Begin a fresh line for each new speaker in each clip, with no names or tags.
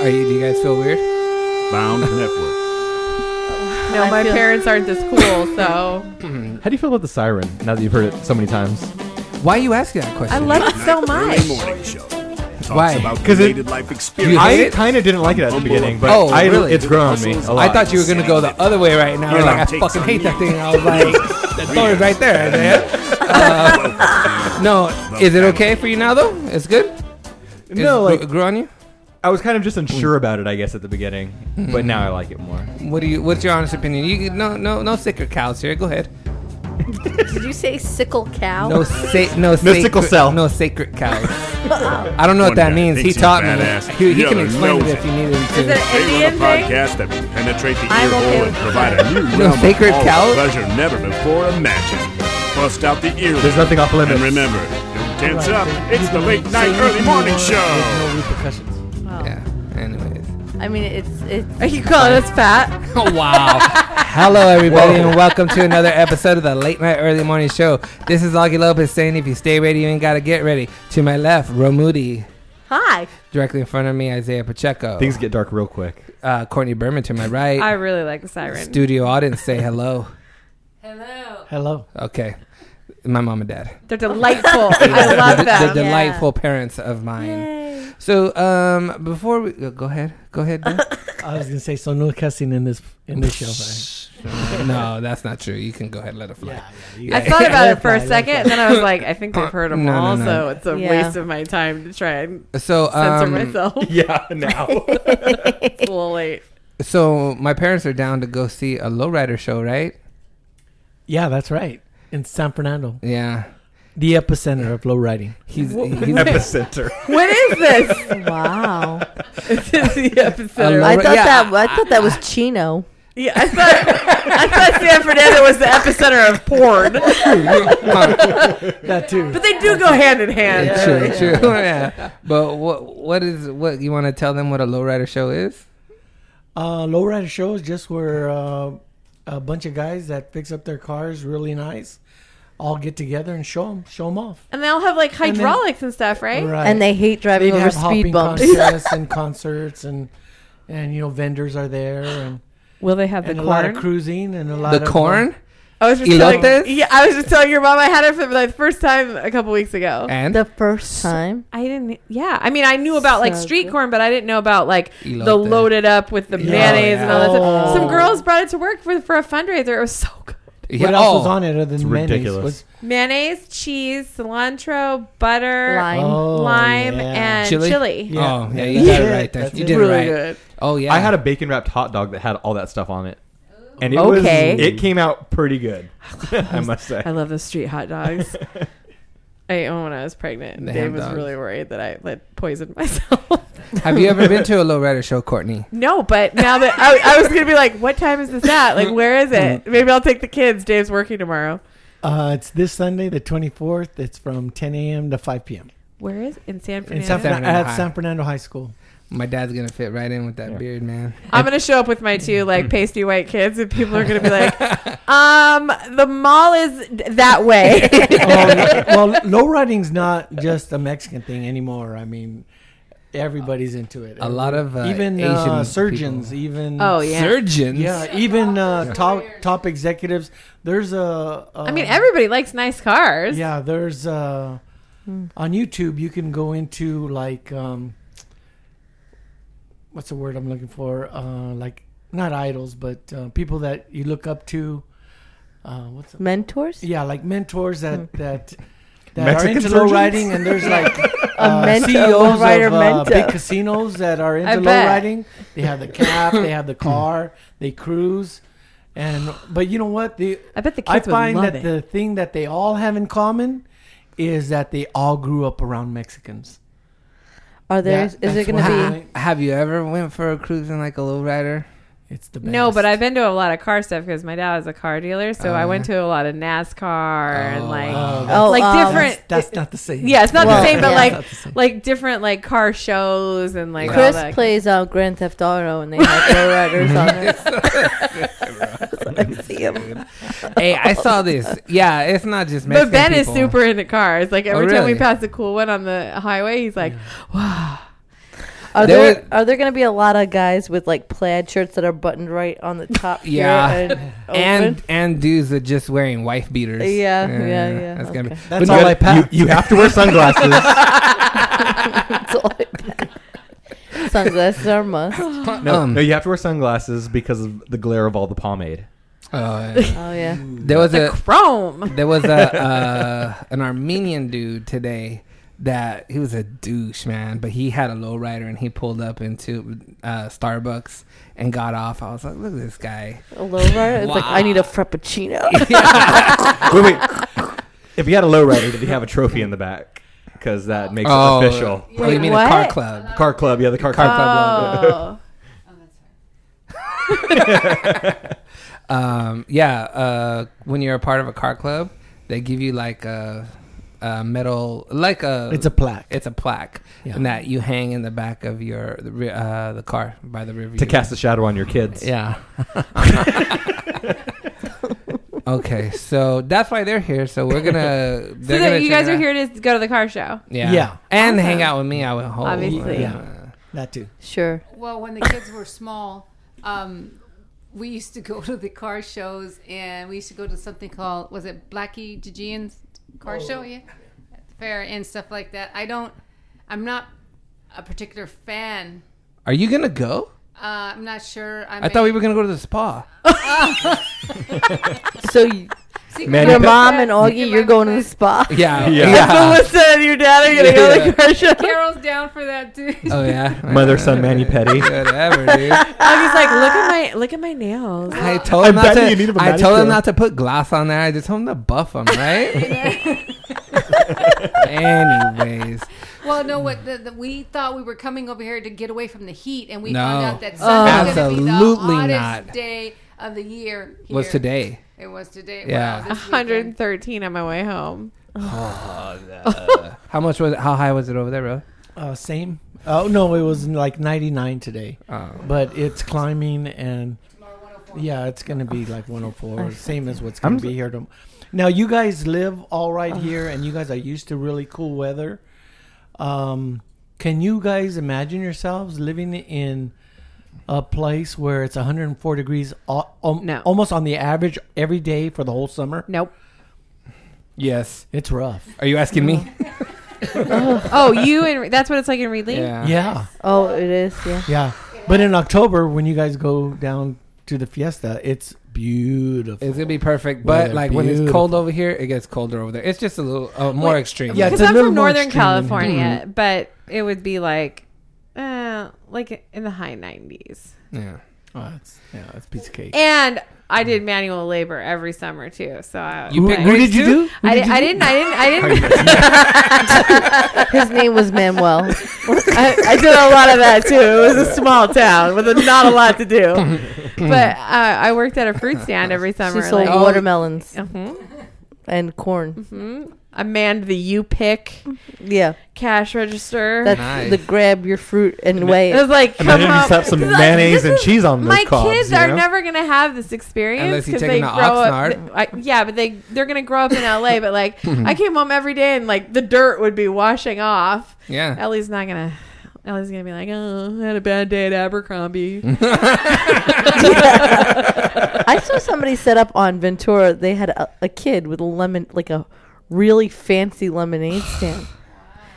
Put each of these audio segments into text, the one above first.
Are you? Do you guys feel weird?
Bound Network.
No,
I
my
feel-
parents aren't this cool, so
How do you feel about the siren now that you've heard it so many times?
Why are you asking that
I
question?
love it so
Early
much.
morning show. Talks
Why?
about
'Cause it-
related life experience.
You hate
I
it?
kind of didn't like it at the beginning, but
Oh,
I,
really?
it's grown on me. A lot.
I thought you were gonna go the other way right now.
You're
like I
not-
fucking hate that thing. And I was like, that thought is right there, man. Uh, no, is it okay for you now though? It's good. Is
no,
it
like
gr- grew on you.
I was kind of just
Mm.
unsure about it, I guess, at the beginning, but
Mm-hmm.
now I like it more.
What do you? What's your honest opinion? You no no no sicker cows here. Go ahead.
Did you say sickle cow?
Oh.
No sa- no sacred,
sickle cell.
No sacred cows. I don't know what
One
that
guy
means. He
thinks he's
taught me.
badass.
He, he
The
can
other
explain it
knows
if
it.
you needed him
Is it
to.
an
They run
Indian
a
thing?
podcast that will penetrate the
I'm
ear
okay
hole
with
and
that.
provide a new
No
realm
sacred
of all
cow?
pleasure never before imagined. Bust out the ear.
There's nothing off limits.
And remember, don't tense up. It's the late night, early morning show.
repercussions. Yeah. Anyways.
I mean, it's it's.
Are you calling us fat?
Oh, wow. Hello, everybody, and welcome to another episode of the Late Night Early Morning Show. This is Augie Lopez saying, if you stay ready, you ain't got to get ready. To my left, Romudi.
Hi.
Directly in front of me, Isaiah Pacheco.
Things get dark real quick.
Uh, Courtney Berman to my right.
I really like the siren.
Studio audience, say hello.
Hello.
Okay. My mom and dad.
They're delightful. I love
The
them.
delightful parents of mine. So, um, before we uh, go ahead, go ahead. Dan.
I was gonna say so no cussing in this in this show. Right?
no, that's not true. You can go ahead, let it fly.
you-
I thought about it for a
Butterfly,
second, and then I was like, I think they've heard them
No, no,
all,
no.
so it's a
Yeah.
waste of my time to try and
So,
censor
um,
myself.
Yeah, now.
It's a little late.
So my parents are down to go see a lowrider show, right?
Yeah, that's right. In San Fernando,
Yeah.
the epicenter of low riding.
He's, he's
Epicenter.
What is this?
Wow.
this is the
A
episode.
lot-
I thought
Yeah,
that I thought that was Chino.
yeah, I thought I thought San Fernando was the epicenter of porn,
That too.
but they do go hand in hand.
true, true. Yeah. But what what is what you want to tell them what a lowrider show is?
Uh, lowrider shows just where uh, a bunch of guys that fix up their cars really nice all get together and show them, show them off.
And they all have like
And then-
hydraulics and stuff, right?
And they hate driving
They'd
over
have
speed
hopping
bumps.
contests and concerts and and you know vendors are there and,
Will they have
and a lot of cruising and a lot
The
of uh,
corn
I was just
Elotes?
telling, yeah, I was just telling your mom I had it for the first time a couple weeks ago.
and
the first time.
I didn't. Yeah, I mean, I knew about like
So
street
good.
corn, but I didn't know about like the
Elote.
loaded up with the
Yeah.
mayonnaise and all that.
Oh,
Stuff. Some
yeah.
girls brought it to work for for a fundraiser. It was so good.
What else
oh,
was on it other than
It's
mayonnaise?
ridiculous.
Was-
Mayonnaise, cheese, cilantro, butter,
Lime.
Oh,
lime,
yeah.
and
Chili?
chili.
Oh, yeah,
Yeah.
you did it
Yeah.
right there.
That's
You
it.
did it
really
right.
good.
Oh yeah.
I had a bacon wrapped hot dog that had all that stuff on it. And it
Okay.
was it came out pretty good. I must say.
I love the street hot dogs. I ate one when I was pregnant. and
The
Dave
ham
was
dogs.
really worried that I like poisoned myself.
Have you ever been to a lowrider show, Courtney?
No, but now that I, I was gonna be like, what time is this at? Like, where is it?
Mm-hmm.
Maybe I'll take the kids. Dave's working tomorrow.
Uh, it's this Sunday, the 24th. It's from 10 a.m. to 5 p.m.
Where is in San
In
Fernando?
San
San Fernando,
Fernando High.
at San Fernando High School.
My dad's gonna fit right in with that beard, man.
I'm gonna show up with my two
Mm-hmm.
like pasty white kids, and people are gonna be like, um, the mall is d- that way.
Oh, yeah. well, low riding's not just a Mexican thing anymore. I mean, everybody's into it.
A lot of uh,
even
Asian
uh, surgeons,
people.
even
oh yeah.
Surgeons.
yeah, even uh, top top executives. There's a. a
I mean, everybody likes nice cars.
Yeah, there's uh,
Hmm.
on YouTube you can go into like um, what's the word I'm looking for? Uh, like not idols, but uh, people that you look up to. Uh, what's the,
Mentors?
yeah, like mentors that
Hmm.
that that
Mexican
are into
surgeons?
low riding, and there's like
A
uh,
mentor,
CEOs
lowrider
of uh,
mentor.
big casinos that are into low
bet.
riding. They have the cab, they have the car, they cruise, and but you know what? The
I bet the
I
kids
find
would love
that
it.
the thing that they all have in common is that they all grew up around Mexicans.
Are there? Is
Yeah,
there
that's
going
why.
to
Ha- have you ever went for a cruise in like a lowrider?
It's the best.
no, but I've been to a lot of car stuff because my dad was a car dealer, so
Oh,
I
yeah.
went to a lot of NASCAR and
Oh,
like
wow.
Uh-huh. Oh,
Oh,
like
um,
different.
That's, that's not the same.
yeah, it's not
Well,
the same, but
yeah.
like
Not the same.
like different like car shows and
be?
like all
Chris
that.
plays out Grand Theft Auto, and they have lowriders on it.
hey, I saw this. Yeah, it's not just Mexican
But Ben
people. Oh,
is super into cars. Like every time
really?
we pass a cool one on the highway, he's like,
Are
There
there,
was-
are there going to be a lot of guys with like plaid shirts that are buttoned right on the top? here
Yeah.
and,
and
open?
and dudes are just wearing wife beaters.
Yeah, yeah, yeah,
That's gonna be.
okay.
That's
But
all
you-
I packed.
You, you have to wear sunglasses.
That's all I- sunglasses are a must. Oh
no,
Um,
no, you have to wear sunglasses because of the glare of all the pomade.
Uh, yeah.
Oh, yeah,
there was a
Chrome.
there was a uh, an Armenian dude today that he was a douche man, but he had a lowrider and he pulled up into uh, Starbucks and got off. I was like, look at this guy.
a low rider. It's like I need a frappuccino.
wait, wait. If you had a lowrider, did you have a trophy in the back? Because that makes
Oh.
it official.
oh, you mean a
what?
car club?
Car club, yeah, the car,
Car
club.
club.
Oh.
Um, yeah, uh, when you're a part of a car club, they give you like a, a metal, like a
It's a plaque.
it's a plaque,
Yeah.
and that you hang in the back of your the, ri- uh, the car by the river
To cast a shadow on your kids.
Yeah. okay, so that's why they're here. So we're gonna.
So that you guys are here to go to the car show.
Yeah.
Yeah.
And hang out with me. I would hope.
Obviously.
Yeah.
That too.
Sure.
Well, when the kids were small, um, we used to go to the car shows, and we used to go to something called was it Blackie Gigian's car show, yeah, at the fair and stuff like that. I don't, I'm not a particular fan.
Are you gonna go?
Uh, I'm not sure. I,
I thought we were gonna go to the spa.
So you,
See,
Man,
your
you-
mom and Augie,
Your
you're
mom
going to
and
the spa.
Yeah.
Yeah.
Melissa and your dad are going to go to
Yeah.
the car show.
Carol's down for that too.
Oh yeah.
Mother, son, mani pedi.
Whatever, dude.
I'm just like, look at my look at my nails.
I told
I
him not
bet
to.
you need a
I told him
manicure.
not to put glass on there. I just told him to buff them, right? Anyways,
Well, no, what the, the, we thought we were coming over here to get away from the heat, and we
No.
found out that Sunday was going to be the
Absolutely
hottest
not.
day of the year. Here.
was today.
It was today.
Yeah.
Yeah, wow, this weekend.
113 on my way home.
How much was it? How high was it over there, bro?
Uh, same. Oh no, it was like 99 today,
Oh.
but it's climbing and yeah, it's gonna be like 104, same as what's gonna
I'm-
be here. tom- Now you guys live all right here, and you guys are used to really cool weather. Um, can you guys imagine yourselves living in a place where it's 104 degrees all, um,
No.
almost on the average every day for the whole summer?
Nope.
Yes.
It's rough.
Are you asking me?
Oh, you and that's what it's like in Reedley.
Uh-huh.
Yeah.
Oh, it is. Yeah.
Yeah. But in October, when you guys go down to the fiesta, it's beautiful.
It's gonna be perfect, but
Weather,
like when it's
beautiful.
cold over here, it gets colder over there. It's just a little uh, more
Wait,
extreme.
Yeah,
because
it's a
I'm
little
from
more
Northern
extreme than-
California, but it would be like, uh, like in the high 90s.
yeah.
Oh, it's, yeah, it's a piece of cake.
And I did manual labor every summer too, so I,
You
I-
pick
Who
Grace
did you
too?
do?
I, di- I didn't, I didn't, I didn't.
His name was Manuel.
I, I did a lot of that too. It was a small town with not a lot to do,
Hmm.
but uh, I worked at a fruit stand every
She
summer.
sold
Oh.
like-
watermelons
Mhm,
and corn.
mhm. I manned the U Pick
Yeah.
cash register.
That's
Nice.
the grab your fruit and
it
weigh it.
was like, come
Imagine you
home.
slap some
This is-
mayonnaise
this
and
is-
cheese on those
my
cobs,
kids
you
are
know?
never gonna have this experience
Unless you
because
take
they
them to
grow up.
Oxnard.
I, yeah, but they they're gonna grow up in L.A. But like, I came home every day and like the dirt would be washing off.
Yeah.
Ellie's not gonna. Ellie's gonna be like, oh, I had a bad day at Abercrombie.
I saw somebody set up on Ventura. They had a, a kid with a lemon, like a really fancy lemonade stand.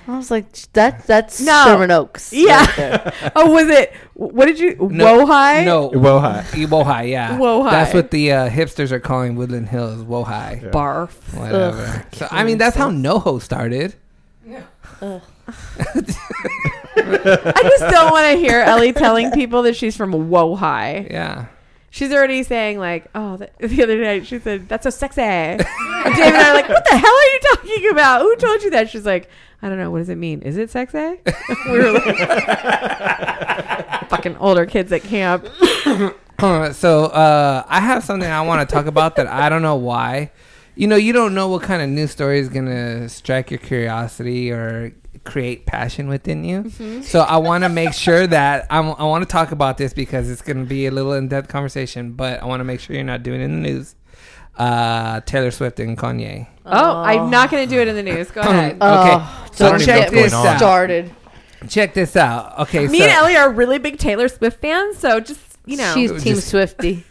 I was like, that that's
No.
Sherman Oaks.
Yeah.
right there.
oh, was it? What did you?
No,
Wohi?
No.
Wohi.
Wohi, yeah.
Wohi.
That's what the uh, hipsters are calling Woodland Hills. Wohi.
Barf.
Whatever. so, I mean, that's how NoHo started.
I just don't want to hear Ellie telling people that she's from Wohi.
Yeah.
She's already saying like, oh, the, the other night she said that's so sexy. And Dave and I are like, what the hell are you talking about? Who told you that? She's like, I don't know. What does it mean? Is it sexy? we were like, fucking older kids at camp.
Uh, so uh, I have something I want to talk about that I don't know why. You know, you don't know what kind of news story is gonna strike your curiosity or create passion within you. So I want to make sure that I'm, I want to talk about this because it's gonna be a little in-depth conversation. But I want to make sure you're not doing it in the news. Uh, Taylor Swift and Kanye.
Oh, I'm not gonna do it in the news. Go ahead.
Okay,
Oh,
so
don't
check
get me
this out.
started.
check this out. Okay,
Me
so,
and Ellie are really big Taylor Swift fans, so just you know,
She's Team
Just-
Swifty.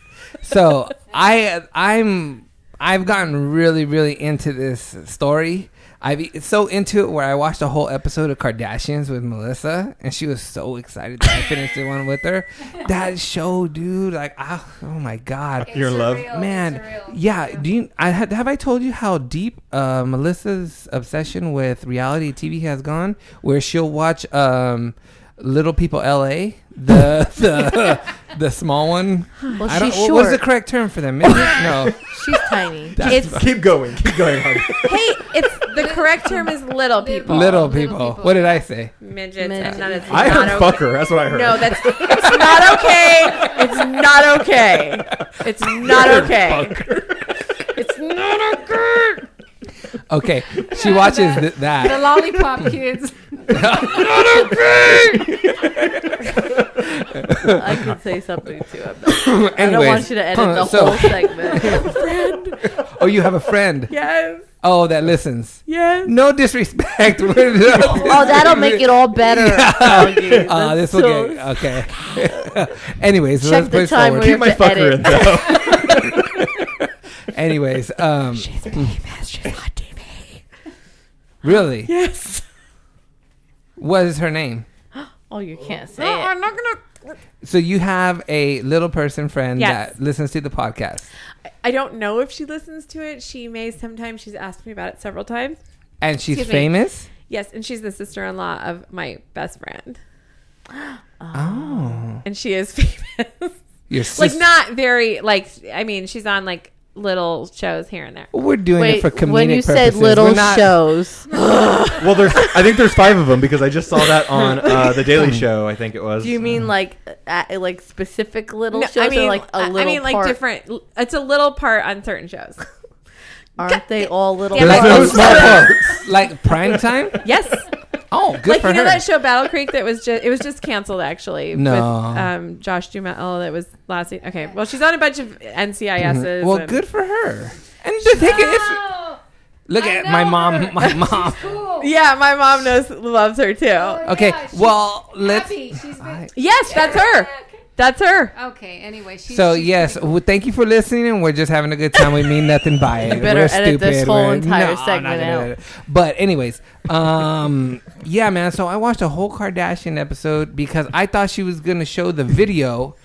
so I I'm I've gotten really really into this story. I've it's so into it where I watched a whole episode of Kardashians with Melissa, and she was so excited that I finished the one with her. That show, dude, like ah, oh my god,
Your love.
man, yeah. Do you? I had have I told you how deep uh, Melissa's obsession with reality TV has gone? Where she'll watch um, Little People L.A. the the the small one.
Well,
I
she's
don't,
short.
what- what's the correct term for them? Is it? No.
she's tiny.
That's- keep going. Keep going. Harvey.
hey, it's the correct term is little people,
little
Little
people.
people.
What did I say?
midgets,
Midget.
and that is
I
not
heard
okay.
fucker. That's what I heard.
No, that's it's not okay. It's not okay. It's not okay. It's not okay.
Okay. She watches th-
The
that.
lollipop kids.
I could say something too. About I don't
Anyways.
want you to edit the
So-
whole segment.
Oh, you have a friend.
Yes,
Oh, that listens.
yes.
No disrespect. oh,
oh, that'll make it all better. Augie.
Uh,
That's
this will
so-
get okay. Anyways, so let's
Check the
push
time
forward.
we
keep my
have to
fucker
edit.
in though.
Anyways, um,
She's
Mm.
famous. She's on TV.
really,
Yes.
what is her name?
Oh, you can't say it.
not gonna.
So you have a little person friend
Yes.
that listens to the podcast,
I don't know if she listens to it. She may sometimes. She's asked me about it several times.
and she's
Excuse me.
famous.
Yes, and she's the sister-in-law of my best friend,
Oh,
and she is famous.
your
like
sister.
not very like. I mean, she's on like little shows here and there.
we're doing it
Wait,
for comedic
when you said
purposes.
little
We're not-
shows,
Well, there's. I think there's five of them because I just saw that on uh, the Daily Show. I think it was.
do you mean like uh, like specific little
No,
shows or like a
I-
little
I mean, like
part?
different. It's a little part on certain shows.
Aren't they all little
Damn
Like
it.
parts?
those small parts. like prime time.
Yes,
Oh, good
like
for
you know
her.
that show Battle Creek that was just it was just canceled actually.
No.
with, um, Josh Duhamel that was last. se- Okay, well she's on a bunch of NCISs.
Mm-hmm. well,
and-
good for her. And to take it, it's,
Oh,
look
I
at my
know
mom.
her.
My mom.
cool.
Yeah, my mom knows loves her too.
Oh,
Okay,
yeah, she's
well, let's.
happy. She's been-
I-
Yes, that's her. That's her.
Okay. Anyway, she's
So
she's
yes,
pretty
well, thank you for listening, and we're just having a good time. We mean nothing by it.
You better
We're
edit this
stupid.
whole
We're-
entire
No, I'm not
segment
gonna
out.
edit it. But anyways, um, yeah, man. So I watched a whole Kardashian episode because I thought she was gonna show the video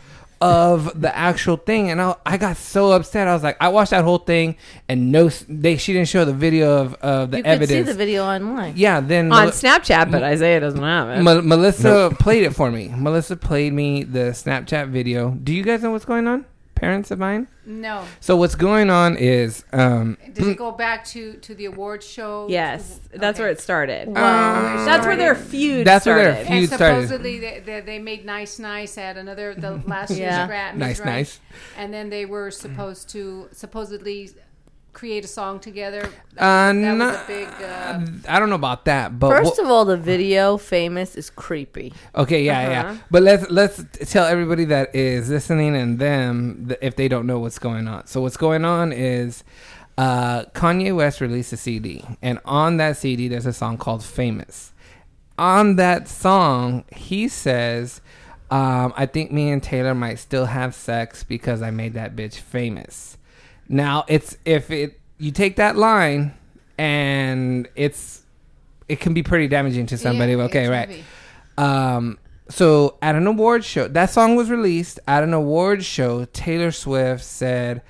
of the actual thing, and I, I got so upset. I was like, I watched that whole thing, and no, s- they she didn't show the video of of the
you could
evidence.
see the video online.
Yeah, then
On
Mel-
Snapchat, but Isaiah doesn't have it.
Mel- Melissa played it for me. Melissa played me the Snapchat video. Do you guys know what's going on? Parents of mine.
cool. No.
So what's going on is um
Does it go back to to the award show?
yes, that's
Okay.
where it started.
uh,
That's where their feud.
That's where
started.
their feud-
And
You started.
supposedly they, they, they made nice nice at another the last
Yeah.
year's Grammy.
Nice Nice.
And then they were supposed to supposedly create a song together.
Uh,
that was
no-
a big. Uh,
I don't know about that, but
First
wha-
of all, the video famous is creepy.
okay, yeah,
Uh-huh.
yeah. But let's let's tell everybody that is listening and them th- if they don't know what's going on. So what's going on is uh, Kanye West released a CD, and on that CD there's a song called "Famous." On that song, he says, um, "I think me and Taylor might still have sex because I made that bitch famous." Now it's if it you take that line and it's it can be pretty damaging to somebody.
yeah,
okay,
it's
right?
heavy.
Um, so at an award show, that song was released at an award show. Taylor Swift said,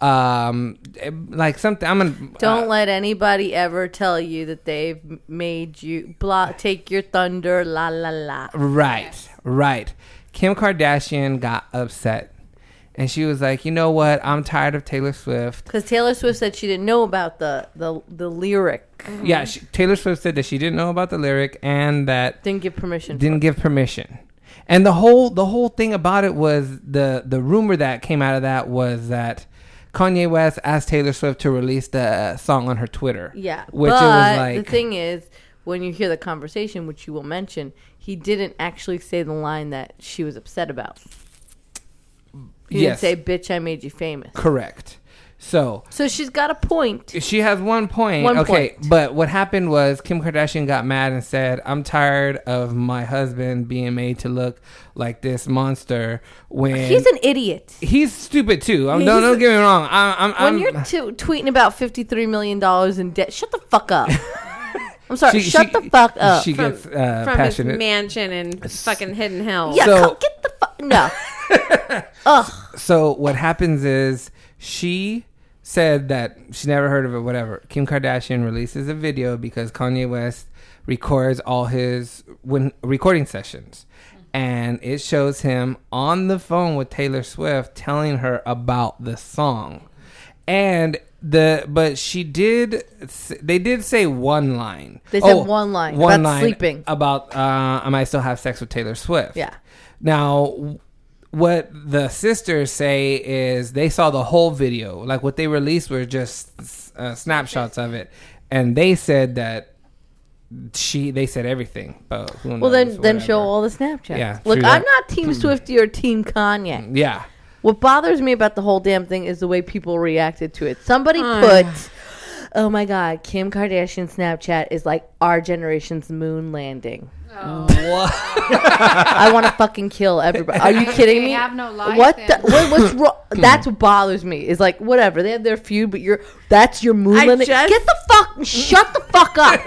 um, eh, like something. I'm gonna
Don't
uh,
let anybody ever tell you that they've m- made you block, take your thunder, la la la.
uh, Right, right. Kim Kardashian got upset, and she was like, "You know what? I'm tired of Taylor Swift."
Because Taylor Swift said she didn't know about the the, the lyric,
Yeah, she, Taylor Swift said that she didn't know about the lyric and that
didn't give permission.
didn't give permission. And the whole the whole thing about it was the the rumor that came out of that was that Kanye West asked Taylor Swift to release the uh, song on her Twitter.
Yeah,
which
but
it was like
the thing is, when you hear the conversation, which you will mention, he didn't actually say the line that she was upset about. He
yes,
didn't say, "Bitch, I made you famous."
correct. So
So she's got a point.
she has one point.
One
okay,
point.
but what happened was Kim Kardashian got mad and said, "I'm tired of my husband being made to look like this monster." When
He's an idiot.
he's stupid too. Um, don't
He's-
don't get me wrong. I'm I'm,
When
I'm
you're t- tweeting about fifty-three million dollars in debt, shut the fuck up. I'm sorry. shut the fuck up.
She
From,
gets uh,
from his
passionate.
mansion in fucking Hidden Hill.
yeah,
So-
come get the fuck. No. Ugh.
so what happens is she said that she never heard of it whatever kim kardashian releases a video because kanye west records all his when recording sessions and it shows him on the phone with taylor swift telling her about the song and the but she did s- they did say one line Oh,
They said one line about sleeping.
about uh, i might still have sex with taylor swift
Yeah.
now, w- what the sisters say is they saw the whole video. Like what they released were just s- uh, snapshots of it, and they said that she they said everything. But who knows,
Well, then, then
whatever.
show all the Snapchats.
Yeah,
Look,
true
I'm
that. Hmm.
not Team Swifty or Team Kanye.
Yeah,
What bothers me about the whole damn thing is the way people reacted to it. Somebody
Oh,
put, "Oh my God, Kim Kardashian Snapchat is like our generation's moon landing." I want to fucking kill everybody. Are you kidding
They
me?
have no life
What? The,
then.
what what's wrong?
Hmm.
That's what bothers me. Is like whatever they have their feud, but you're that's your moon
I
landing.
just-
Get the fuck, shut the fuck up.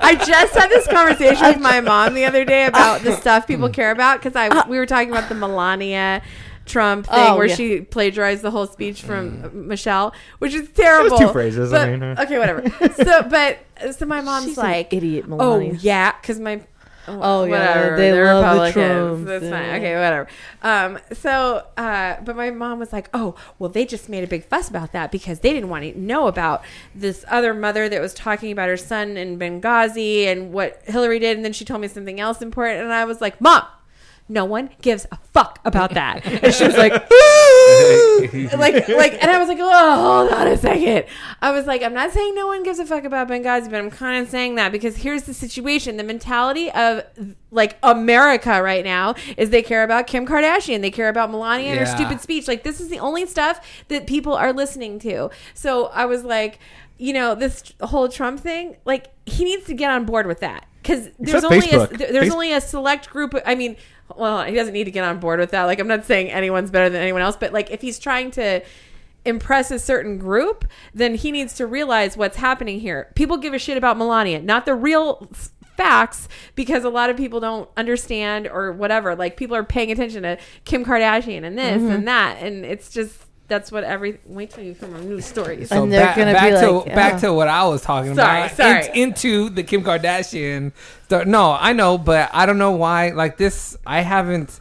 I just had this conversation with my mom the other day about the stuff people care about because I we were talking about the Melania Trump thing
Oh,
where
yeah.
she plagiarized the whole speech
Mm.
from Michelle, which is terrible.
two phrases, I
But,
mean,
uh.
huh?
okay, whatever. So, but so my mom's
She's an
like,
idiot,
Oh
Melania.
yeah, because my
Oh, yeah, they
They're
love the
Republicans.
Trumps,
That's fine.
yeah.
Okay, whatever. Um, so, uh, but my mom was like, "Oh, well, they just made a big fuss about that because they didn't want to know about this other mother that was talking about her son in Benghazi and what Hillary did." And then she told me something else important, and I was like, "Mom." No one gives a fuck about that. And she was like, like, like, and I was like, oh, hold on a second. I was like, I'm not saying no one gives a fuck about Benghazi, but I'm kind of saying that because here's the situation. The mentality of like America right now is they care about Kim Kardashian, they care about Melania and her
Yeah.
stupid speech. Like, this is the only stuff that people are listening to. So I was like, you know, this whole Trump thing, like, he needs to get on board with that. Because there's
on
only a,
Facebook.
there- there's
Face-
only a select group. I mean, well, he doesn't need to get on board with that. Like, I'm not saying anyone's better than anyone else, but like, if he's trying to impress a certain group, then he needs to realize what's happening here. People give a shit about Melania, not the real f- facts, because a lot of people don't understand or whatever. Like, people are paying attention to Kim Kardashian and this
Mm-hmm.
and that, and it's just that's what every. Wait till you hear my news stories.
so
And they're
back,
gonna be
back to
like, "Oh."
back
yeah.
to what I was talking
Sorry,
about.
sorry.
In- into the Kim Kardashian. th- no, I know, but I don't know why. Like this, I haven't.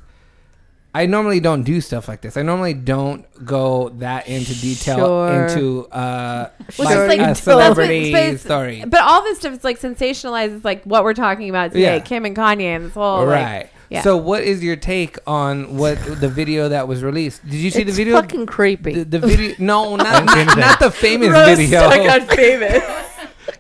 I normally don't do stuff like this. I normally don't go that into detail
Sure.
into uh, like,
Well, just like-
a
that's what-
celebrity
but it's-
story.
But all this stuff is like sensationalized. It's like what we're talking about today,
Yeah.
Kim and Kanye and this whole like-
right.
yeah.
So, what is your take on what the video that was released? Did you see
it's
the video?
fucking creepy.
the, the video? No, not
the
not,
internet.
not the famous
Rose
Oh
video.
stuck on famous.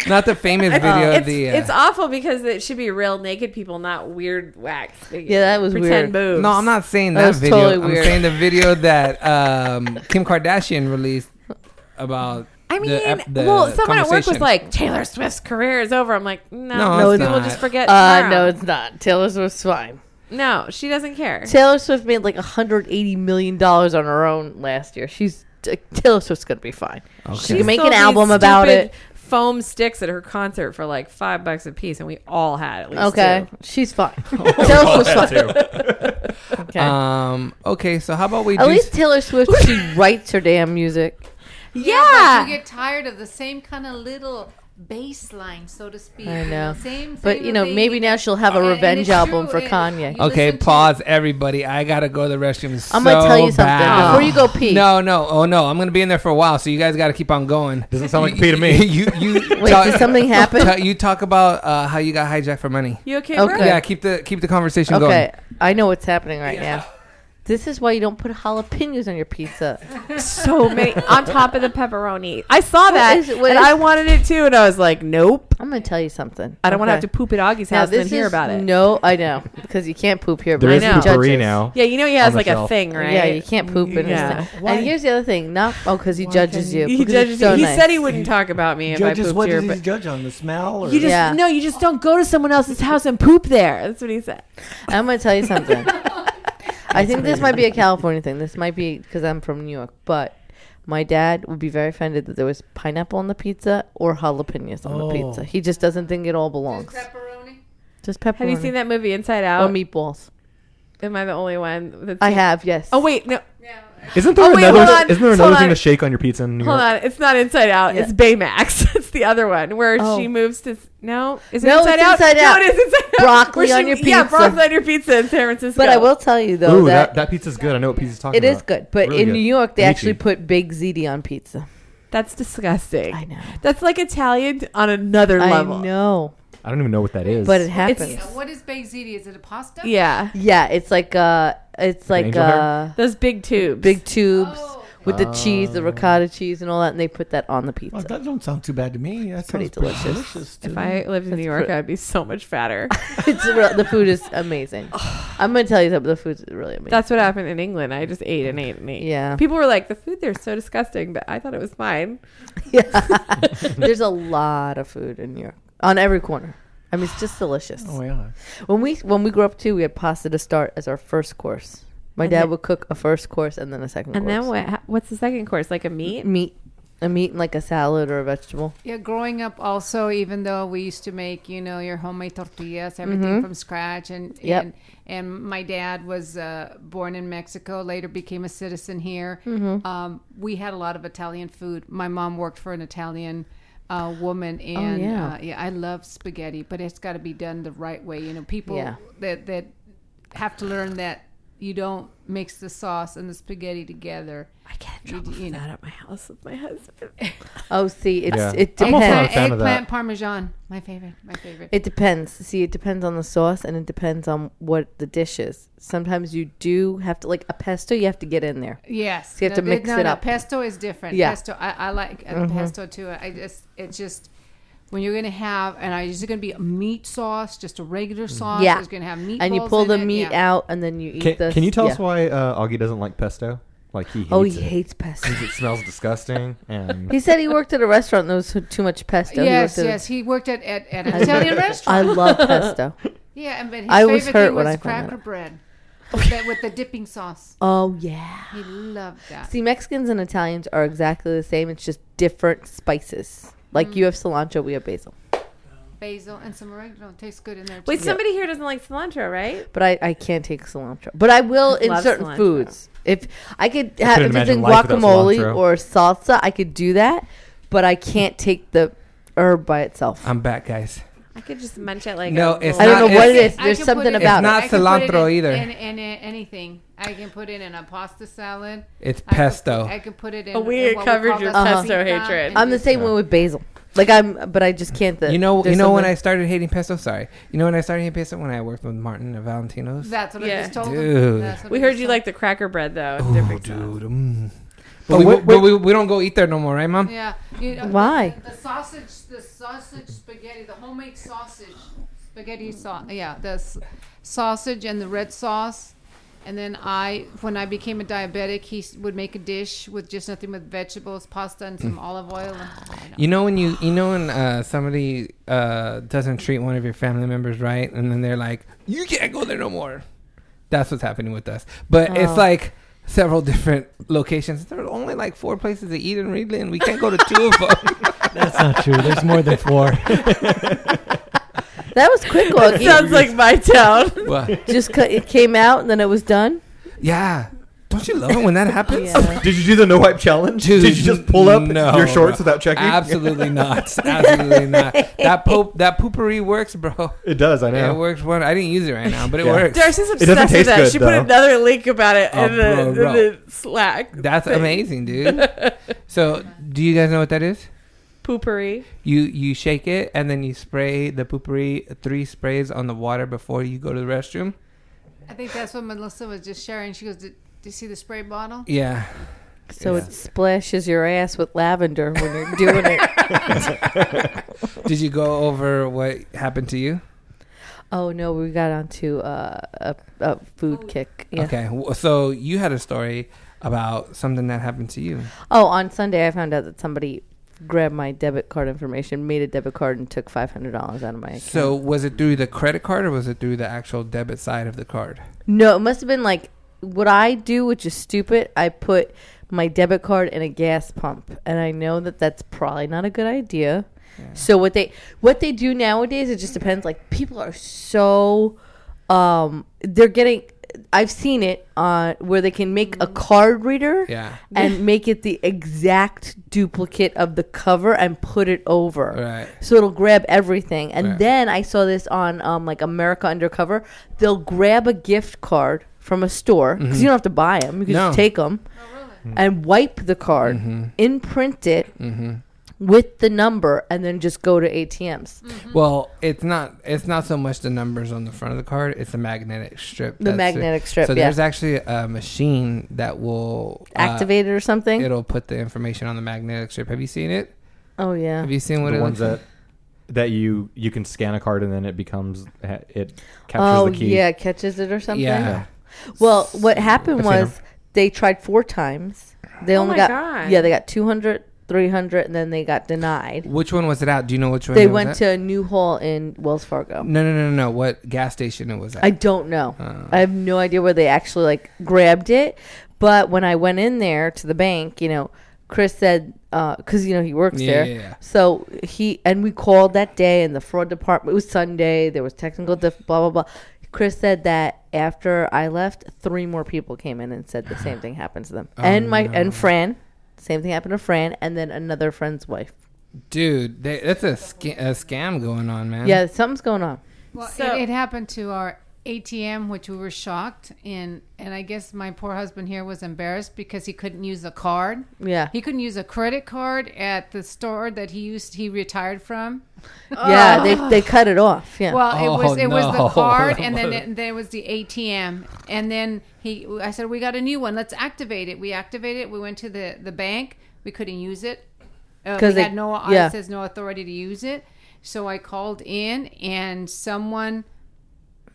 Not the famous video.
it's,
the uh,
it's awful because it should be real naked people, not weird wax.
Yeah, that was
pretend
weird.
boobs.
No, I'm not saying
That
that,
was
video.
totally
I'm
weird.
saying the video that um, Kim Kardashian released about.
I mean,
the ep- the
well, someone at work was
conversation.
like, "Taylor Swift's career is over." I'm like, no,
No,
no
it's
people
not.
just forget.
uh,
tomorrow."
no, it's not. Taylor Swift's fine.
no, she doesn't care.
Taylor Swift made like 180 million dollars on her own last year. She's uh, Taylor Swift's gonna be fine. She can make
sold
an
these
album about
stupid
it.
Foam sticks at her concert for like five bucks a piece, and we all had at least
Okay,
two.
she's fine. Taylor Swift's fine. Okay.
Oh, um, okay, so how about we
At
do
least Taylor Swift, she writes her damn music.
Yeah,
but you get tired of the same kind of little baseline, so to speak.
I
you
know.
same.
But
same
you know,
thing.
maybe now she'll have a
And- and
revenge
it's
album
true,
for
and
Kanye.
you
okay,
listen to-
pause everybody. I gotta go to the restroom.
I'm gonna
so
tell you something Ah,
bad.
before you go pee.
No, no, oh no, I'm gonna be in there for a while, so you guys gotta keep on going.
Doesn't sound like P to me.
you, you.
Wait, did something happen?
ta- you talk about uh, how you got hijacked for money.
you okay,
Okay.
bro?
Yeah, keep the keep the conversation
okay,
going.
I know what's happening right now. This is why you don't put jalapenos on your pizza.
so many on top of the pepperoni. I saw that,
is it- what
and
is-
I wanted it too, and I was like, nope.
I'm going to tell you something.
I don't want to have
Okay.
to poop at Augie's
Now,
house and
this
then hear
is-
about it.
No, I know because you can't poop here. but
There
I
is
know.
poopery
Judges.
now.
Yeah, you know he has
the
like a
shelf.
thing, right?
Yeah, you can't poop in
Yeah.
yeah.
Why-
And here's the other thing. Not oh, because he
Why
judges you.
can't
He
because
judges.
you're so
he
nice.
said he wouldn't talk about me if I
Judges,
pooped
what
here,
does he
but
judge on? The smell? Or
you just
Yeah.
no, you just don't go to someone else's house and poop there. That's what he said.
I'm going to tell you something. I think this might be a California thing. This might be because I'm from New York, but my dad would be very offended that there was pineapple on the pizza or jalapenos on the
Oh.
pizza. He just doesn't think it all belongs.
Pepperoni.
Just pepperoni.
Have you seen that movie Inside
Or
Out?
meatballs.
Am I the only one? That's
I have. Yes.
Oh wait, no,
Yeah.
Isn't there
Oh, wait,
another?
hold on.
Isn't there
Hold
another
on.
thing to shake on your pizza in New
hold
York?
on. It's not Inside Out.
Yeah.
It's Baymax. it's the other one where
Oh.
she moves to. No, is it
No,
Inside
it's
Out?
Inside Out.
No, it is Inside Out.
Broccoli
Where
on your
Yeah,
pizza.
broccoli on your pizza in San Francisco.
But I will tell you though
Ooh,
that,
that, that pizza's good. I know what pizza's talking
it
about.
is good. But
Really
in
good.
New York, they
Lychee.
actually put big ziti on pizza.
That's disgusting.
I know.
That's like Italian on another level.
I know,
I don't even know what that is.
but it happens.
Yeah, What is Bayziti? Is it a pasta?
Yeah,
yeah, it's like uh, it's
Like
like
angel hair?
uh,
those big tubes.
big tubes
Oh.
with the cheese, the
Oh.
ricotta cheese, and all that, and they put that on the pizza.
Well, Oh, that don't sound too bad to me. That
pretty
sounds pretty
delicious.
delicious. to
If
me.
I lived in New York,
pretty-
I'd be so much fatter.
it's re- the food is amazing. I'm gonna tell you something. The food's really amazing.
That's what happened in England. I just ate and ate and ate.
yeah.
People were like, "The food there's so disgusting," but I thought it was fine.
yeah. There's a lot of food in New York on every corner. I mean, it's just delicious.
Oh yeah.
When we when we grew up too, we had pasta to start as our first course. My
And
dad
then-
would cook a first course and then a second.
And
course.
then what? ha- What's the second course? Like a meat?
Meat, a meat and like a salad or a vegetable.
Yeah, growing up also, even though we used to make, you know, your homemade tortillas, everything from scratch, and
Mm-hmm. Yep.
and and my dad was uh, born in Mexico, later became a citizen here.
Mm-hmm.
Um, we had a lot of Italian food. My mom worked for an Italian. Uh, woman and
Oh, yeah.
Uh, yeah, I love spaghetti, but it's got to be done the right way. You know, people
Yeah.
that that have to learn that you don't mix the sauce and the spaghetti together.
I get in
You
trouble
d-
for
you know.
that at my house with my husband.
Oh, see, it's
Yeah.
it
I'm also not a
depends.
fan of that.
Eggplant parmesan, my favorite, my favorite.
It depends. See, it depends on the sauce and it depends on what the dish is. Sometimes you do have to like a pesto. You have to get in there.
Yes,
So you have to
the-
mix it up.
Pesto is different.
Yeah. Mm-hmm.
Pesto, I, I like uh, pesto too. I just it's just when you're gonna have, and I just gonna be a meat sauce, just a regular sauce.
Mm-hmm. Yeah.
it's gonna have meat.
and you pull the meat out and then you eat.
Can,
the,
can you tell
yeah.
us why uh, Augie doesn't like pesto? Like he hates
Oh, he
it.
hates pesto.
It smells disgusting. And
he said he worked at a restaurant and there was too much pesto. He
Yes,
worked at a-
yes, he worked at at, at an Italian restaurant.
I love pesto.
Yeah, and but his
I was
favorite
hurt
thing
when
was
I found
cracker
out.
bread with the, with the dipping sauce.
Oh yeah.
He loved that.
See, Mexicans and Italians are exactly the same. It's just different spices. Like
Mm.
you have cilantro, we have basil.
Basil and some oregano tastes good in there. Too.
Wait, somebody here doesn't like cilantro, right?
But I, I can't take cilantro. But I will in
love
certain
cilantro.
foods. If I could have
couldn't
if it's in
imagine life without
guacamole
cilantro.
or salsa, I could do that. But I can't take the herb by itself.
I'm back, guys.
I could just munch it like
No,
a
it's
I don't
not-
know what it
it's-
is. There's
can put
something
it in-
about
It's
it.
not
I can put it
cilantro
in-
either.
In, in, in anything, I can put it in a pasta salad.
It's
I could-
pesto.
I could put it in.
Oh, we
in what
covered
call
your
the
pesto
paprika
hatred.
and
I'm the same way with basil. Like I'm, but I just can't. The,
You know, you
there's
know when I
something-
started hating pesto. Sorry, you know when I started hating pesto when I worked with Martin at Valentino's.
That's what
Yeah.
I just told him.
Dude.
That's what
We
I
heard
just
you
told
like the cracker bread though.
Ooh,
different sauce.
dude. mm.
But
But, we,
what-
but
what-
we, we don't go eat there no more, right, mom?
him. Yeah. You know,
Why?
The, the sausage, the sausage spaghetti, the homemade sausage spaghetti sauce. Yeah, the s- sausage and the red sauce. And then I, when I became a diabetic, he s- would make a dish with just nothing but vegetables, pasta, and some olive oil. And,
You know when you you know when uh, somebody uh, doesn't treat one of your family members right, and then they're like, "You can't go there no more." That's what's happening with us. But
Oh.
it's like several different locations. There are only like four places to eat in Reedland. We can't go to two of them.
That's not true. There's more than four.
that was quick. Augie.
Sounds like my town.
What?
just cut, it came out and then it was done.
Yeah. Don't you love it when that happens?
Yeah.
did you do the no wipe challenge?
Dude,
did you just pull up
no.
your shorts without checking?
Absolutely not. Absolutely not. That poop that poopery works, bro.
it does. I know.
It works one. I didn't use it right now, but it
Yeah.
works.
Darcy's
doesn't
obsessed with
taste
that.
good,
she put
though.
another link about it
Oh,
in, the,
bro,
in
bro.
the Slack.
That's amazing, dude. So, do you guys know what that is?
Poopery.
You you shake it and then you spray the poopery three sprays on the water before you go to the restroom,
I think that's what Melissa was just sharing. She goes, "Did, did you see the spray bottle?"
Yeah.
So
Yeah.
it splashes your ass with lavender when you're doing it.
Did you go over what happened to you?
Oh no, we got onto uh, a, a food kick. Yeah.
Okay. w- So you had a story about something that happened to you.
Oh, on Sunday I found out that somebody grabbed my debit card information, made a debit card, and took five hundred dollars out of my account.
So was it through the credit card or was it through the actual debit side of the card?
No, it must have been like what I do, which is stupid. I put my debit card in a gas pump, and I know that that's probably not a good idea. So what they what they do nowadays, it just depends. Like people are so, um, they're getting. I've seen it uh, where they can make a card reader
Yeah.
and make it the exact duplicate of the cover and put it over.
Right.
So it'll grab everything. And
Right.
then I saw this on um, like America Undercover. They'll grab a gift card from a store because you don't have to buy them. You can
Mm-hmm. No. Mm-hmm.
just take them and wipe the card, imprint it Mm-hmm. with the number, and then just go to ATMs.
Well, it's not it's not so much the numbers on the front of the card, it's the magnetic strip.
The magnetic strip,
So
yeah.
there's actually a machine that will uh,
Activate it or something.
it'll put the information on the magnetic strip. Have you seen it?
oh yeah.
Have you seen what
the
it
ones
looks
that that you you can scan a card and then it becomes it captures
Oh
the key.
yeah, it catches it or something.
Yeah.
Well, what happened
I've seen 'em.
was they tried four times. They
Oh
only
my
got
God.
yeah, they got 200, 300 and then they got denied.
Which one was it at? Do you know which one?
They
it was
went
at?
to New Hall in Wells Fargo.
No, no, no, no, no. What gas station it was at?
I don't know.
Oh.
I have no idea where they actually like grabbed it. But when I went in there to the bank, you know, Chris said because you know he works
Yeah,
there,
yeah, yeah.
so he and we called that day in the fraud department. It was Sunday. There was technical diff- blah blah blah. Chris said that after I left, three more people came in and said the same thing happened to them. and my and Fran, same thing happened to Fran, and then another friend's wife.
Dude, they, that's a, sca- a scam going on, man.
Yeah, something's going on.
Well,
So-
it, it happened to our ATM, which we were shocked, and and I guess my poor husband here was embarrassed because he couldn't use a card.
Yeah,
He couldn't use a credit card at the store that he used. He retired from.
yeah, they they cut it off. Yeah,
Well, it was
Oh,
it was
no.
the card, and then it, there was the ATM, and then he. I said, "We got a new one. Let's activate it." We activated it. We went to the the bank. We couldn't use it because
'Cause
uh, we
it-
had no.
yeah.
It says no authority to use it. So I called in, and someone,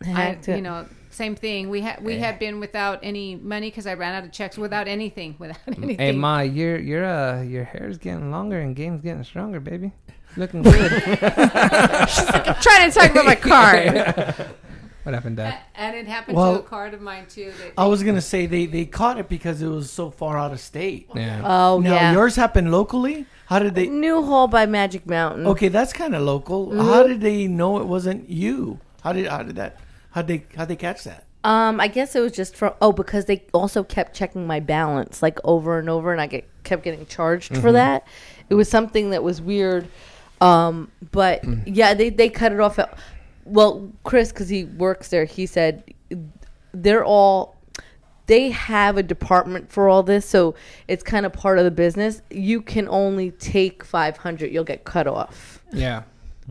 I,
Hacked it.
you know, same thing. We had we had been without any money because I ran out of checks, without anything, without
Mm.
anything.
Hey, Ma, your your uh, your hair's getting longer and game's getting stronger, baby. Looking good.
I'm trying to talk about my card.
what happened,
Uh,
Dad?
and it happened
Well-
to a card of mine too. That
I was gonna say they they caught it because it was so far out of state.
Yeah.
oh
now
yeah.
yours happened locally. How did they?
New Hall by Magic Mountain.
Okay, that's kind of local. How
Mm-hmm.
did they know it wasn't you? How did how did that? How they how they catch that?
Um, I guess it was just from oh because they also kept checking my balance like over and over, and I get kept getting charged
Mm-hmm.
for that. It was something that was weird. Um, but
Mm.
yeah, they they cut it off. At, well, Chris, because he works there, he said they're all they have a department for all this, so it's kind of part of the business. You can only take five hundred; you'll get cut off.
Yeah.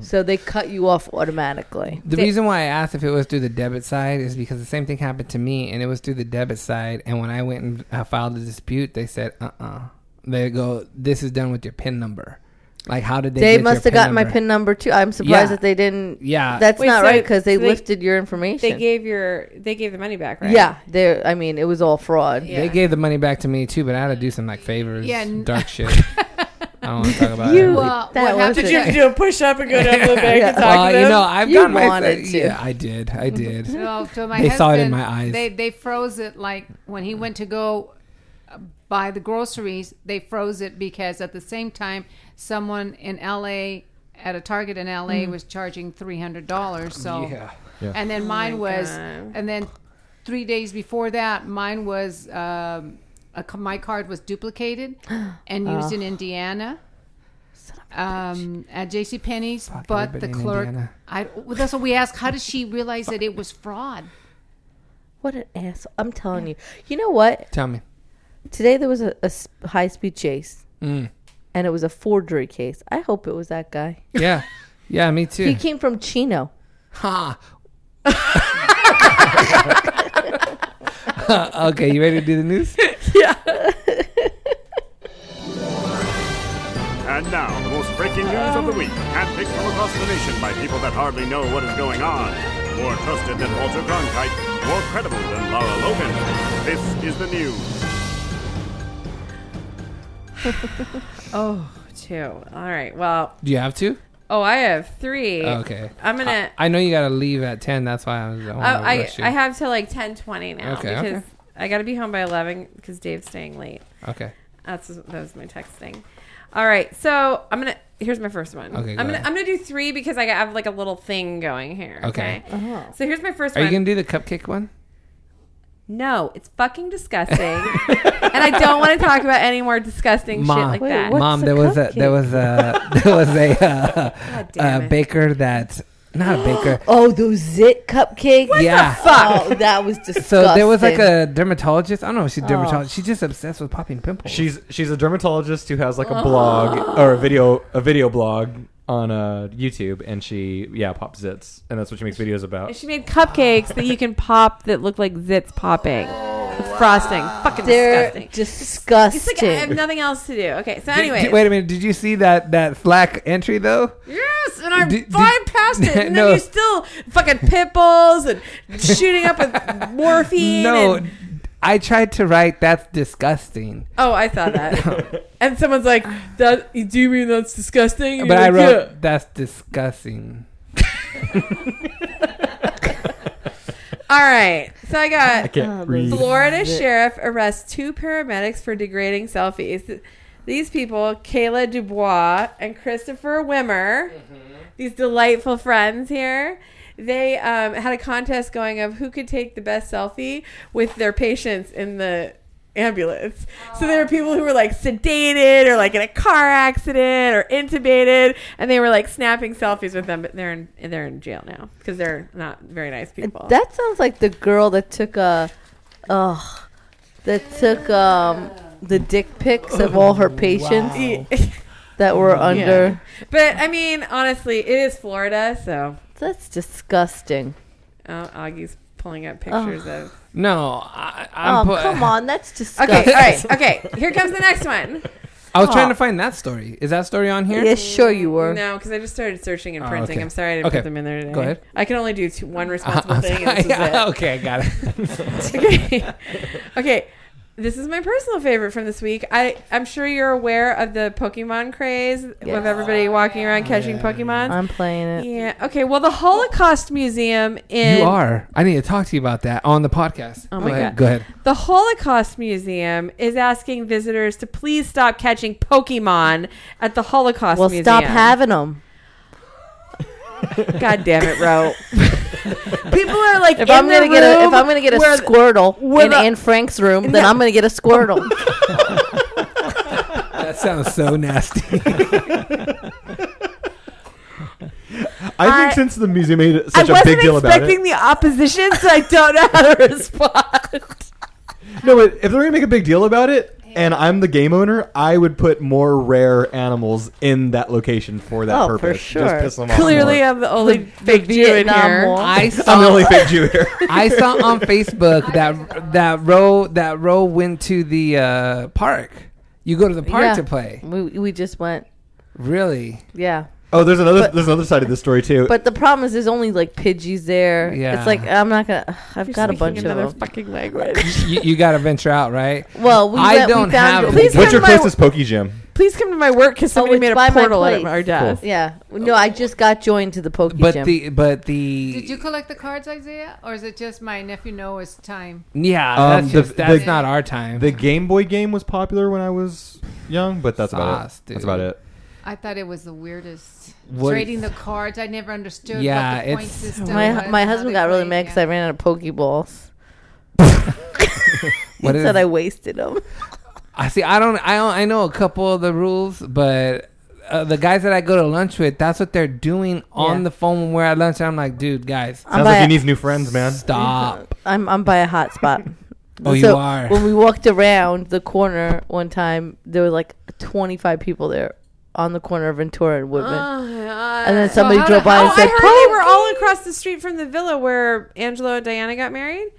So they cut you off automatically.
The
They-
reason why I asked if it was through the debit side is because the same thing happened to me, and it was through the debit side. And when I went and uh, filed a dispute, they said, "Uh, uh They go, "This is done with your PIN number." Like, how did they?
They
get
must
your
have gotten my
number?
pin number too. I'm surprised
Yeah.
that they didn't.
Yeah.
that's
Wait,
not
so-
right because they
so they-
lifted your information.
They gave your they gave the money back, right?
yeah, they. I mean, it was all fraud.
They
Yeah.
gave the money back to me too, but I had to do some like favors,
Yeah, n-
dark shit. I don't want to talk about
You-
it.
Well,
Oh, That
what happened
was
Did
to
you have to do a push up and go down to the bank and talk
Well,
to them?
you know, I've
You
got my
wanted to.
Yeah, I did. I did.
No, to my
Mm-hmm. They
husband,
saw it in my eyes.
They they froze it like when he went to go uh, buy the groceries. They froze it because at the same time, someone in L.A. at a Target in L.A. was charging three hundred dollars. So,
Mm. Yeah.
and
Oh
then mine was, and then three days before that, mine was um, a, c- my card was duplicated and used in Indiana. Um, at J.C. Penney's, but the
everybody in
clerk,
Indiana.
I, well, that's what we asked. How does she realize that it was fraud?
What an asshole! I'm telling you. You know what?
Tell me.
Today there was a, high speed chase,
Mm.
and it was a forgery case. I hope it was that guy.
Yeah. Yeah, me too.
He came from Chino.
Ha. Ah. okay, you ready to do the news?
yeah.
And now, the most breaking news of the week, handpicked from across the nation by people that hardly know what is going on. More trusted than Walter Cronkite, more credible than Laura Logan. This is the news.
Oh, two. All right. Well,
Do you have to?
oh, I have three.
Okay.
I'm gonna.
I, I know you gotta leave at ten. That's why I was. I,
I,
wanna
Oh, I,
rush Oh, you.
I have till like ten twenty now
Okay,
because
okay.
I got to be home by eleven because Dave's staying late.
Okay.
That's that was my texting. All right, so I'm gonna. Here's my first one.
Okay, go
I'm gonna.
ahead.
I'm gonna do three because I have like a little thing going here.
Okay.
Okay.
Uh-huh. Oh.
So here's my first
Are
one.
you gonna do the cupcake one?
no, it's fucking disgusting, and I don't want to talk about any more disgusting
Mom.
shit like
Wait,
that.
What's
Mom,
a
there was a there
cupcake?
was a there was a uh,
damn
a
it.
baker that not a baker.
Oh, those zit cupcakes.
yeah.
Fuck, that was disgusting.
So there was like a dermatologist. I don't know if she's a
Oh.
dermatologist. She's just obsessed with popping pimples.
She's she's a dermatologist who has like a
Ah.
blog or a video a video blog on uh, YouTube, and she yeah pops zits, and that's what she makes videos about.
She made cupcakes that you can pop that look like zits popping, with frosting. Fucking
They're
disgusting.
disgusting.
It's like I have nothing else to do. Okay, so anyway,
Did- wait a minute. Did you see that that Slack entry though?
Yes, and I
Did- did-
bypassed it, and
No.
then you still fucking pit bulls and shooting up with morphine.
No,
and-
I tried to write. That's disgusting.
oh, I saw that. and someone's like, "That you do mean that's disgusting?" And
But
you're
I
like,
wrote that's disgusting.
"Yeah." All right, so I got
Can't
Oh,
read.
those-
Florida sheriff arrests two paramedics for degrading selfies. These people, Kayla Dubois and Christopher Wimmer, these delightful friends here, they um, had a contest going of who could take the best selfie with their patients in the ambulance. So there were people who were like sedated or like in a car accident or intubated, and they were like snapping selfies with them. But they're in they're in jail now because they're not very nice people.
That sounds like the girl that took a, ugh, that took um the dick pics of all her patients that were under.
But I mean, honestly, it is Florida, so
That's disgusting.
oh, Augie's pulling up pictures of.
No, I, I'm.
Oh,
pu-
come on, that's
Okay,
disgusting.
all right, okay. Here comes the next one.
I was
Oh.
trying to find that story. Is that story on here?
Yeah, sure you were.
No, because I just started searching and
Oh,
printing.
okay.
I'm sorry I didn't
Okay,
put them in there today.
go ahead.
I can only do two, one
Uh,
responsible
I'm
thing, and this
sorry.
is
okay, I got it.
it. okay, okay. This is my personal favorite from this week. I I'm sure you're aware of the Pokemon craze
Yes.
with everybody walking around catching Pokemon.
I'm playing it.
yeah. Okay. Well, the Holocaust Museum in
you are. I need to talk to you about that on the podcast.
Oh
go
my
ahead.
God.
Go ahead.
The Holocaust Museum is asking visitors to please stop catching Pokemon at the Holocaust
Well,
Museum.
stop having them.
God damn it, Ro. People are like,
If
in
I'm gonna
the
get a if
room
I'm gonna get a
where-
Squirtle
where
in
the-
Anne Frank's room, then I'm gonna get a Squirtle.
That sounds so nasty.
I think
I-
since the museum made
I
such a
wasn't
big deal about
expecting
it,
the opposition, so I don't know how to respond.
no, but if they're gonna make a big deal about it, and I'm the game owner, I would put more rare animals in that location for that
Oh, for
purpose.
sure.
Just piss them off.
Clearly,
more.
I'm the only big Jew in
Vietnam
here.
War.
I
I'm the only
saw.
fake Jew here.
I saw on Facebook that that row that row went to the uh, park. You go to the park
Yeah.
to play.
we we just went.
Really?
Yeah.
Oh, there's another there's another side of this story too.
But the problem is, there's only like Pidgeys there.
Yeah.
It's like I'm not gonna. ugh, I've got a
Speaking
bunch of
another
them.
fucking language.
you, you got to venture out, right?
Well, we
I
went- we
don't
found-
have.
Please
What's your
my-
closest Poke Gym?
Please come to my work because somebody
Oh, it's
made a
by my
portal at
place.
our desk.
Yeah. No, I just got joined to the Poke
but
Gym.
the but the
Did you collect the cards, Isaiah, or is it just my nephew Noah's time?
yeah
Um,
that's
the-
just that's
the-
not our time.
The Game Boy game was popular when I was young, but that's about
Sauce,
it.
dude.
That's about it.
I thought it was the weirdest.
What-
Trading the cards, I never understood.
Yeah,
what the point
it's-
system was
my
and
my
how
husband
they
got really
played,
mad because
yeah.
I ran out of Pokeballs. he
What is-
said I wasted them.
I see. I don't. I don't, I know a couple of the rules, but uh, the guys that I go to lunch with, that's what they're doing on
Yeah.
the phone when we're at lunch. I'm like, dude, guys,
I'm
Sounds
by,
like he needs new friends, man.
stop.
I'm I'm by a hot spot.
Oh, you
So,
are.
When we walked around the corner one time, there were like 25 people there on the corner of Ventura and Woodman. and then somebody
Oh, how
drove
the-
by
oh,
and
I
said,
heard they were
"Poke."
all across the street from the villa where Angelo and Diana got married.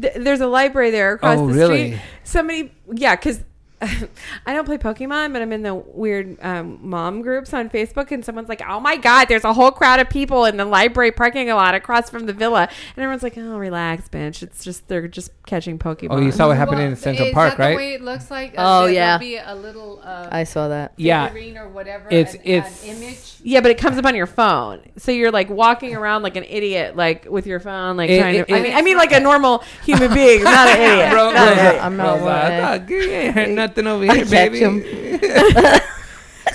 th- there's a library there across
Oh,
the
really?
street. Somebody, yeah, because I don't play Pokemon, but I'm in the weird um, mom groups on Facebook, and someone's like, "Oh my God, there's a whole crowd of people in the library parking lot across from the villa," and everyone's like, "Oh, relax, bitch. It's just they're just catching Pokemon."
Oh, you saw what happened
Well,
in Central
is
Park,
that The
right?
way it looks like.
Oh,
there'll
yeah.
Be a little. Uh,
I saw that.
Yeah.
figurine or whatever.
It's-
an-
it's-
an image.
Yeah, but it comes up on your phone, so you're like walking around like an idiot, like with your phone, like
It-
trying
it-
to. I
it-
mean, I mean, like a normal human being, not an idiot.
Bro,
Not an
Rosa-
idiot.
I'm not
Rosa,
one.
I thought, you ain't heard nothing over
I
here,
catch
baby.
'em.
Is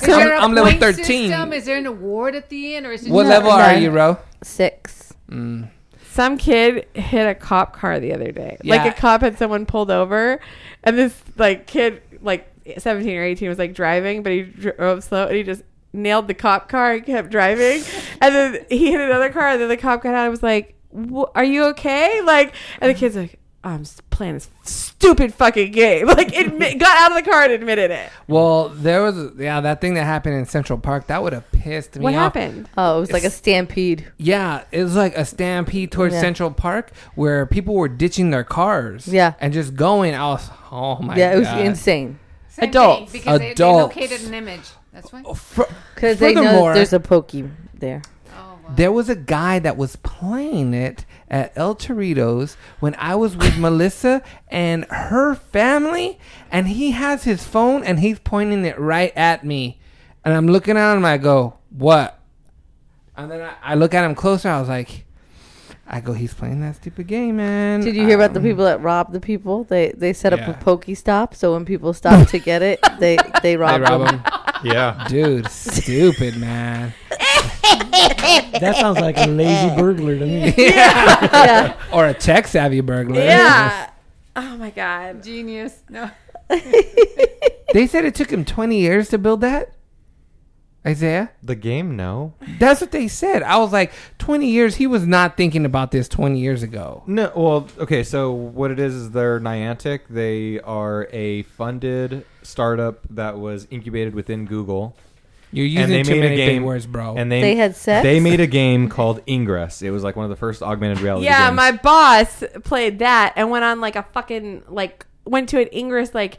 there
I'm-
a
I'm level
point
13.
System? Is there an award at the end, or is it
What
just
level are
no.
you, Ro?
Six.
Mm.
Some kid hit a cop car the other day.
Yeah.
Like a cop had someone pulled over, and this like kid, like 17 or 18, was like driving, but he drove slow and he just nailed the cop car and kept driving, and then he hit another car, and then the cop got out and was like, "Wh- "Are you okay?" Like, and the kid's like. I'm s- playing this stupid fucking game. Like, admit, got out of the car and admitted it.
Well, there was yeah that thing that happened in Central Park that would have pissed me
What
off.
happened?
Oh, it was like a stampede.
Yeah, it was like a stampede towards
Yeah.
Central Park where people were ditching their cars.
Yeah.
and just going. I was oh my
yeah, it was
God.
insane.
same
Adults.
thing, because
Adults.
They, they located an image? That's why. Oh,
Fr-
Because they know
Furthermore-
that there's a pokey there.
Oh, wow.
There was a guy that was playing it at El Torito's when I was with Melissa and her family, and he has his phone and he's pointing it right at me. And I'm looking at him and I go, What? And then I, I look at him closer, I was like, I go, he's playing that stupid game, man.
Did you hear about the
Um,
people that robbed the people? They they set up
Yeah.
a pokey stop, so when people stop to get it, they they
They
rob,
rob
them.
him.
Yeah.
Dude, stupid, man.
That sounds like a lazy burglar to me.
yeah.
Or a tech savvy burglar.
Yeah. Oh my god.
Genius. No.
They said it took him 20 years to build that. Isaiah?
The game, no.
That's what they said. I was like, 20 years. He was not thinking about this 20 years ago.
No, well, okay, so what it is is they're Niantic. They are a funded startup that was incubated within Google.
You're
And
using
they
too
made
many
a
big
game
words, bro.
And they
They had sex?
They made a game called Ingress. It was like one of the first augmented reality
Yeah,
games.
my boss played that and went on like a fucking like went to an Ingress like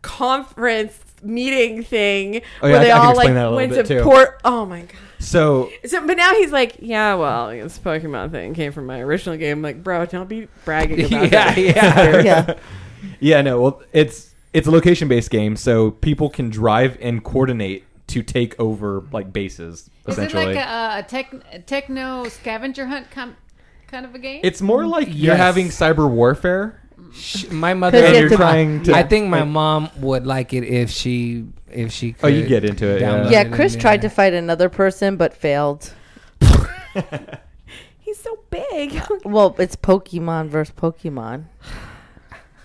conference meeting thing
Oh, yeah,
where
I-
they
I can
all
explain that a
like
little
went to
bit, too.
port. Oh my god.
So
So, but now he's like, yeah, well, this Pokemon thing came from my original game. Like, bro, don't be bragging about
yeah,
that.
yeah.
yeah.
Yeah, no. Well, it's it's a location based game, so people can drive and coordinate to take over like bases.
Is it
Essentially,
like a, a, tech, a techno scavenger hunt com- kind of a game?
it's more like you're
Yes.
having cyber warfare.
Sh- My mother.
you
And
have
you're
to-
trying to.
I think my mom would like it if she if she. Could
Oh, you get into it, yeah.
download
Yeah,
it
Chris
and-
tried to fight another person but failed.
He's so big.
Well, it's Pokemon versus Pokemon.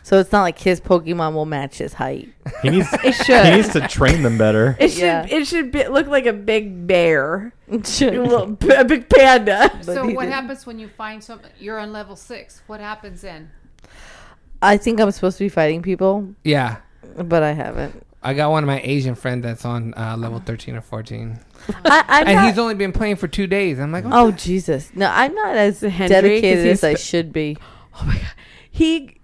So it's not like his Pokemon will match his height.
he needs
It
he
should.
needs to train them better.
It should.
Yeah.
It should be, look like a big bear, a,
Should.
little, a big panda.
so what happens when you find something? You're on level six. What happens then?
I think I'm supposed to be fighting people,
Yeah,
but I haven't.
I got one of my Asian friend that's on uh, level thirteen or fourteen,
I, Uh-huh. I'm
and
not,
he's only been playing for two days. I'm like,
oh Jesus! No, I'm not as
Hendry, 'cause
dedicated
he's
as I
spe-
should be.
Oh my god. He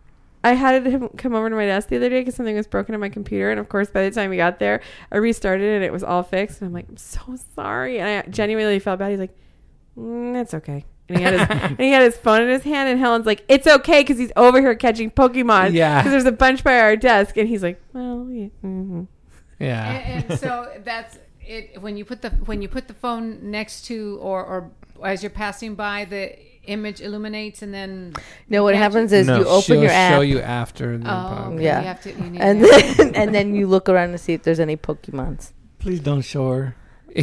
I had him come over to my desk the other day because something was broken on my computer, and of course, by the time we got there, I restarted it and it was all fixed. And I'm like, I'm so sorry, and I genuinely felt bad. He's like, mm, That's okay. And he, had his, and he had his phone in his hand, and Helen's like, "It's okay," because he's over here catching Pokemon.
Yeah.
because there's a bunch by our desk, and he's like, "Well, yeah, mhm."
yeah,
And, and so that's it. When you put the when you put the phone next to or or as you're passing by, the image illuminates and then
No, what
Gotcha.
happens is
No.
you open
she'll
your
show
app,
you after. The
oh
podcast.
okay,
Yeah.
you have to you need
and
to-
then and then you look around to see if there's any Pokemons.
Please don't show her.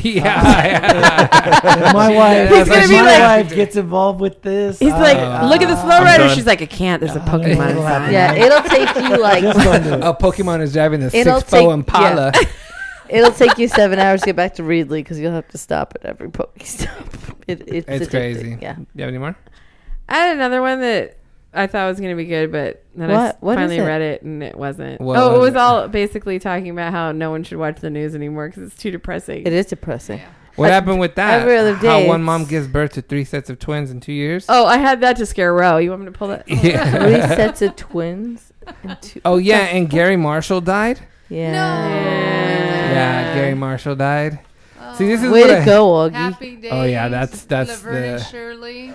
yeah, yeah.
My wife,
He's gonna
if
be
my
like-
wife gets involved with this. um,
he's
I-
like,
Uh,
look at the slow
I'm
rider."
done.
She's like, "I can't. There's a
I don't know
Pokemon."
what'll
inside."
happen.
Yeah, it'll take you
Just
like
don't do it.
a Oh, Pokemon is driving a
It'll
six foe
take-
Impala.
it'll take you seven hours to get back to Reedley because you'll have to stop at every Pokestop. It, it's
It's
addicting,
crazy.
Yeah.
You have any more?
I had another one that I thought was going to be good, but then I
What?
s-
What is
finally
it?
read it and it wasn't.
What
oh, it
was
was
it?
all basically talking about how no one should watch the news anymore because it's too depressing.
It is depressing.
Yeah.
What happened with that?
every other
How
day
one
it's-
mom gives birth to three sets of twins in two years?
Oh, I had that to scare Roe. You want me to pull that?
yeah.
Three sets of twins. And two,
Oh yeah, and Gary Marshall died.
yeah.
Uh.
Yeah, Gary Marshall died. See, this is
Way
what
to
I-
go, Augie.
Happy Days.
Oh, yeah, that's- that's
Laverne and
the-
Shirley.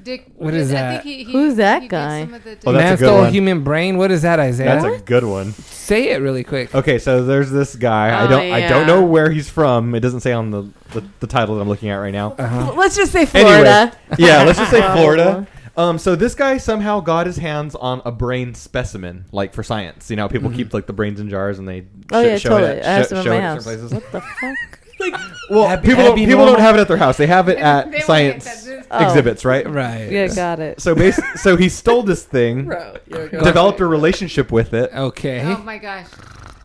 Dick.
What is
I
that?
think he, he,
Who's that
he did
guy?
some of the-
Oh, that's
Man
a good
stole
one.
human brain. What is that, Isaiah?
That's a good one.
Say it really quick.
Okay, so there's this guy.
Oh,
I don't I
yeah.
don't know where he's from. It doesn't say on the the, the title that I'm looking at right now.
Uh-huh.
Let's just say
Anyway,
Florida.
yeah, let's just say Florida. Um, so this guy somehow got his hands on a brain specimen, like for science. You know, how people keep like the brains in jars and they
Oh
sh-
yeah,
show
totally.
it.
I have
sh-
some at
show
my
it at
house.
certain places.
What the fuck?
Well,
That'd be- that'd
people don't,
be
people don't
normal.
have it at their house. They have it at
They won't
science
get that.
Oh.
exhibits, right?
Right.
Yeah, got it.
So bas- so he stole this thing, developed a relationship with it,
Okay.
Oh my gosh.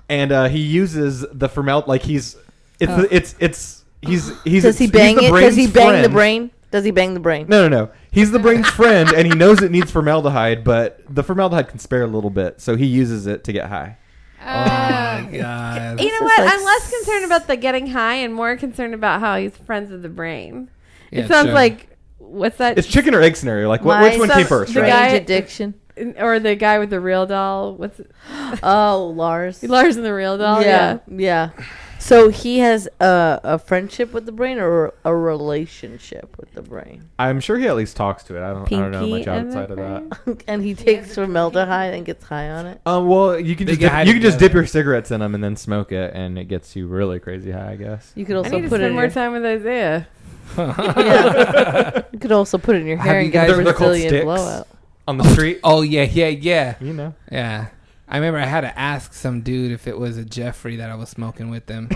and uh, he uses the formal like he's it's it's it's he's he's
Oh. Does he
he's
bang
the
it? Does he
brain's
bang the
friend.
brain? Does he bang the brain?
No, no, no. He's the brain's friend, and he knows it needs formaldehyde, but the formaldehyde can spare a little bit, so he uses it to get high.
Uh,
Oh, God.
You know
is
what?
like
I'm less
s-
concerned about the getting high and more concerned about how he's friends with the brain.
Yeah,
it sounds
sure.
like what's that?
It's chicken or egg scenario. Like, wh- which one
Mine's
came first?
strange
Right?
guy-
addiction.
or the guy with the real doll. What's
Oh, Lars.
Lars and the real doll?
yeah, yeah. So he has a, a friendship with the brain or a relationship with the brain,
I'm sure he at least talks to it. I don't. I don't know
Pinky
much
and
the
outside of that.
and he takes formaldehyde and gets high on it.
Um, well, you can
They
just
get
dip,
high
you can just
together.
dip your cigarettes in them and then smoke it, and it gets you really crazy high. I guess.
You could
I
also
need to
put
spend
it in
more
your,
time with Isaiah.
yeah. You could also put it in your
Have
hair
you
and get
guys-
a
They're- they're called
Brazilian
sticks.
blowout.
On the street,
Oh yeah, yeah, yeah,
you know.
yeah. I remember I had to ask some dude if it was a Jeffrey that I was smoking with them.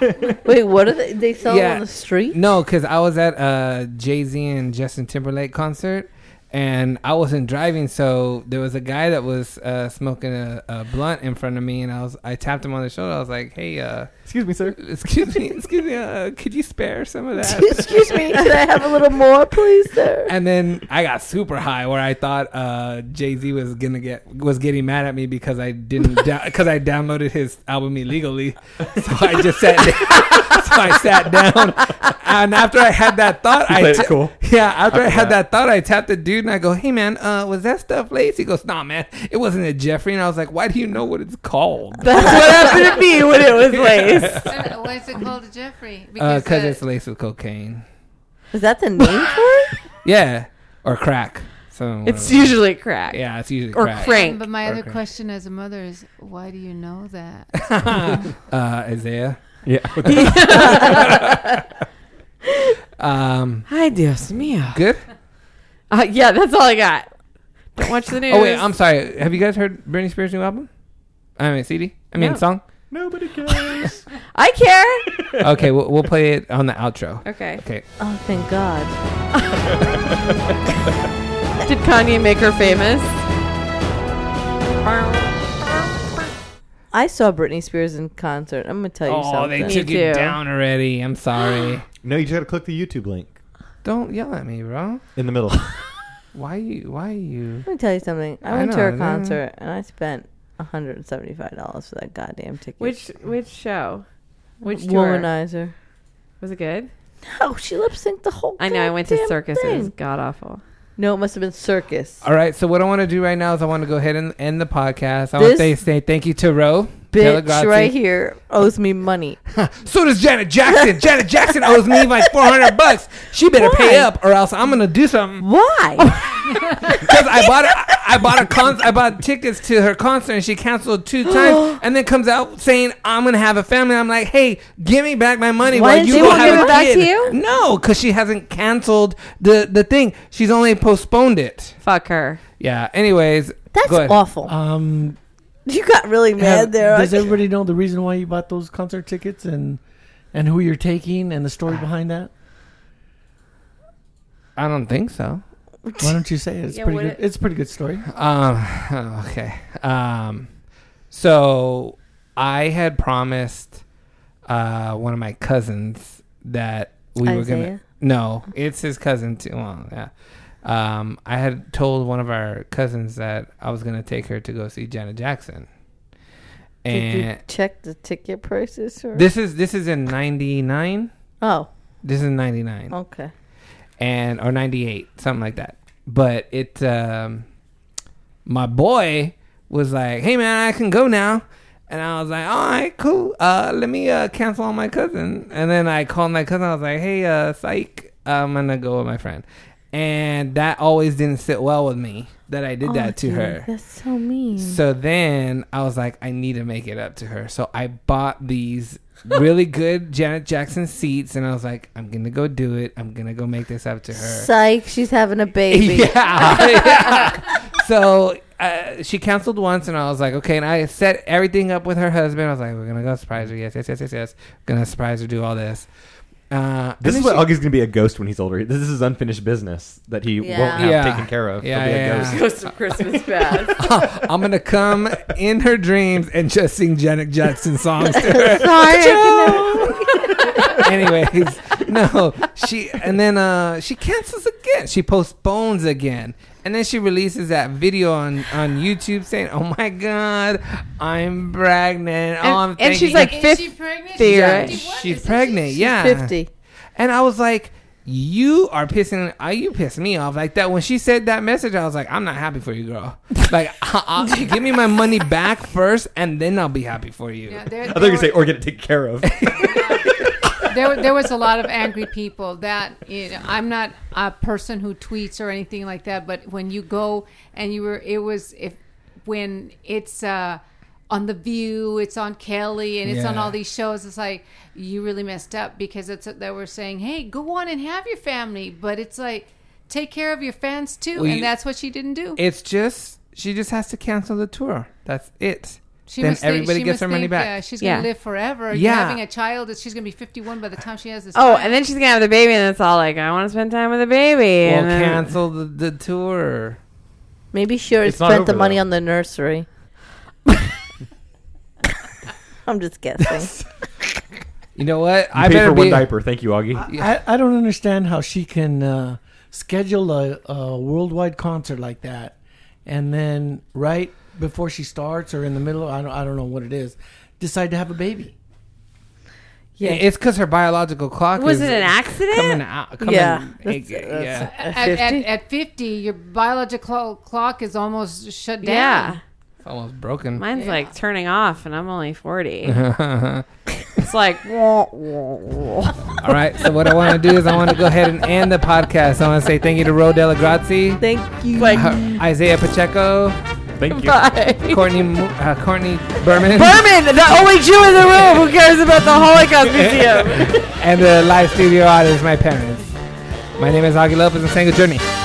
Wait, what are they? They sell
Yeah.
them on the street?
No, because I was at a Jay Z and Justin Timberlake concert, and I wasn't driving, so there was a guy that was uh, smoking a, a blunt in front of me, and I was I tapped him on the shoulder. I was like, "Hey, uh,
Excuse me, sir.
excuse me, excuse me, uh, could you spare some of that?"
Excuse me, could I have a little more, please, sir?
and then I got super high where I thought uh, Jay Z was gonna get was getting mad at me because I didn't because I downloaded his album illegally, so I just sat down. so I sat down, and after I had that thought,
You
I
played it
ta-
cool.
Yeah, after I had that
that.
thought, I tapped the dude and I go, "Hey man, uh, was that stuff laced?" He goes, "Nah, man, it wasn't a Jeffrey." And I was like, "Why do you know what it's called?"
That's what happened to me when it was laced.
uh, why is it called a Jeffrey?
Because
uh,
it's laced with cocaine.
Is that the name for it?
Yeah, or crack. So uh,
It's usually crack.
yeah, it's usually
Or
crack.
crank.
But my other
Okay.
question as a mother is, why do you know that?
uh, Isaiah.
Yeah.
Um,
Hi, Dios mío.
good.
Uh, yeah, that's all I got. Don't watch the news.
Oh wait, I'm sorry. Have you guys heard Britney Spears' new album? I mean CD. I mean
No.
song.
Nobody cares.
I care.
Okay, we'll, we'll play it on the outro.
okay.
Okay.
Oh, thank God.
Did Kanye make her famous?
I saw Britney Spears in concert. I'm gonna tell you
Oh,
something.
they took
Me
it
too.
down already. I'm sorry.
no, you just gotta click the YouTube link
Don't yell at me, bro.
in the middle.
Why you? Why you?
Let me tell you something. I,
I
went
know,
to
I
her
know.
concert and I spent hundred and seventy five dollars for that goddamn ticket.
Which which show? Which tour?
womanizer?
Was it good?
No, she lip synced the whole.
I know. I went to
goddamn
circus. It was
thing.
god awful.
No, it must have been circus.
All right. So what I want to do right now is I want to go ahead and end the podcast. I want
This-
to say thank you to Ro.
Bitch,
Pellegrazzi.
right here owes me money.
So does Janet Jackson. Janet Jackson owes me like four hundred bucks. She better pay
Why?
up, or else I'm gonna do something.
Why?
Because I bought a, I bought a con- I bought tickets to her concert and she canceled two times and then comes out saying I'm gonna have a family. I'm like, hey, give me back my money
Why
while
did
you
she
go
won't
have
give
a
it back
kid.
to you?
No, because she hasn't canceled the the thing. She's only postponed it.
Fuck her.
Yeah. Anyways,
That's
go ahead.
awful.
Um,
you got really mad
have-
there.
does everybody know the reason why you bought those concert tickets and and who you're taking and the story behind that?
I don't think so.
Why don't you say it? It's
Yeah,
pretty
what
good.
it-
it's a pretty good story.
Um. Okay. Um. So I had promised uh one of my cousins that we were gonna.
Isaiah?
No, it's his cousin too. Well, yeah. Um, I had told one of our cousins that I was gonna take her to go see Janet Jackson.
Did
And Eh.
you check the ticket prices? Or?
this is this is in '99.
Oh,
This is ninety nine.
okay.
and or 98 something like that but it um my boy was like hey man i can go now and i was like all right cool uh let me uh cancel on my cousin and then i called my cousin i was like hey uh psych i'm gonna go with my friend and that always didn't sit well with me that i did
Oh,
that to her
That's so mean.
so then I was like, I need to make it up to her. So I bought these really good Janet Jackson seats, and I was like, I'm gonna go do it. I'm gonna go make this up to her.
Psych, she's having a baby.
Yeah, yeah. So uh, she canceled once, and I was like, okay. And I set everything up with her husband. I was like, we're gonna go surprise her. Yes, yes, yes, yes, yes. gonna surprise her. Do all this. Uh,
This
and
is
then
what Augie's gonna be a ghost when he's older. This is his unfinished business that he
Yeah.
won't have
Yeah.
taken care of. He'll
Yeah,
be a
yeah,
ghost.
yeah.
Ghost of Christmas Past.
she- I'm gonna come in her dreams and just sing Janet Jackson songs to her. Anyways, no, she and then uh she cancels again. She postpones again. And then she releases that video on on YouTube saying, "Oh my god, I'm pregnant." oh, I'm
And- and she's
thinking-
like
Is she pregnant? She's
Yeah,
right?
51,
she's
isn't she?
pregnant. yeah.
50.
And I was like, you are pissing, are you pissing me off like that? When she said that message, I was like, I'm not happy for you, girl. Like, uh-uh, give me my money back first, and then I'll be happy for you.
Yeah, there,
I thought you
there,
were say
were-
or get it taken care of.
there, were- there was a lot of angry people that you know, I'm not a person who tweets or anything like that, but when you go and you were, it was if when it's uh, on the View, it's on Kelly, and it's on
Yeah.
all these shows. It's like you really messed up because it's they were saying, hey, go on and have your family, but it's like take care of your fans too,
Well,
and
you-
that's what she didn't do.
It's just, she just has to cancel the tour. That's it.
She
then
must think-
everybody
she
gets
must
her money
think,
back.
Uh, she's
Yeah.
gonna live forever.
Yeah.
You're having a child. that She's gonna be 51 by the time she has this.
Oh,
child.
and then she's gonna have the baby, and it's all like, I want to spend time with the baby.
Well,
and then-
cancel the, the tour.
Maybe she already
It's not
spent
over,
the money
though.
on the nursery. I'm just guessing.
You know what?
I paid for one diaper. Thank you, Augie.
Yeah.
I, I don't understand how she can uh, schedule a, a worldwide concert like that, and then right before she starts or in the middle, I don't, I don't know what it is, decide to have a baby.
Yeah, it's because her biological clock
was
is
it an accident?
coming out. Coming,
Yeah,
it-
that's- that's-
yeah.
at, at, at 50, your biological clock is almost shut down.
yeah,
It's almost broken.
mine's like turning off, and I'm only forty.
All
it's like, wah, wah, wah.
right. So what I want to do is I want to go ahead and end the podcast. I want to say thank you to Ro Della Grazie,
Thank you.
uh, Isaiah Pacheco,
Thank you.
Courtney Mo- uh, Courtney Berman,
Berman, the only Jew in the room who cares about the Holocaust Museum.
and the live studio audience, my parents. My name is Augie Lopez and saying good journey.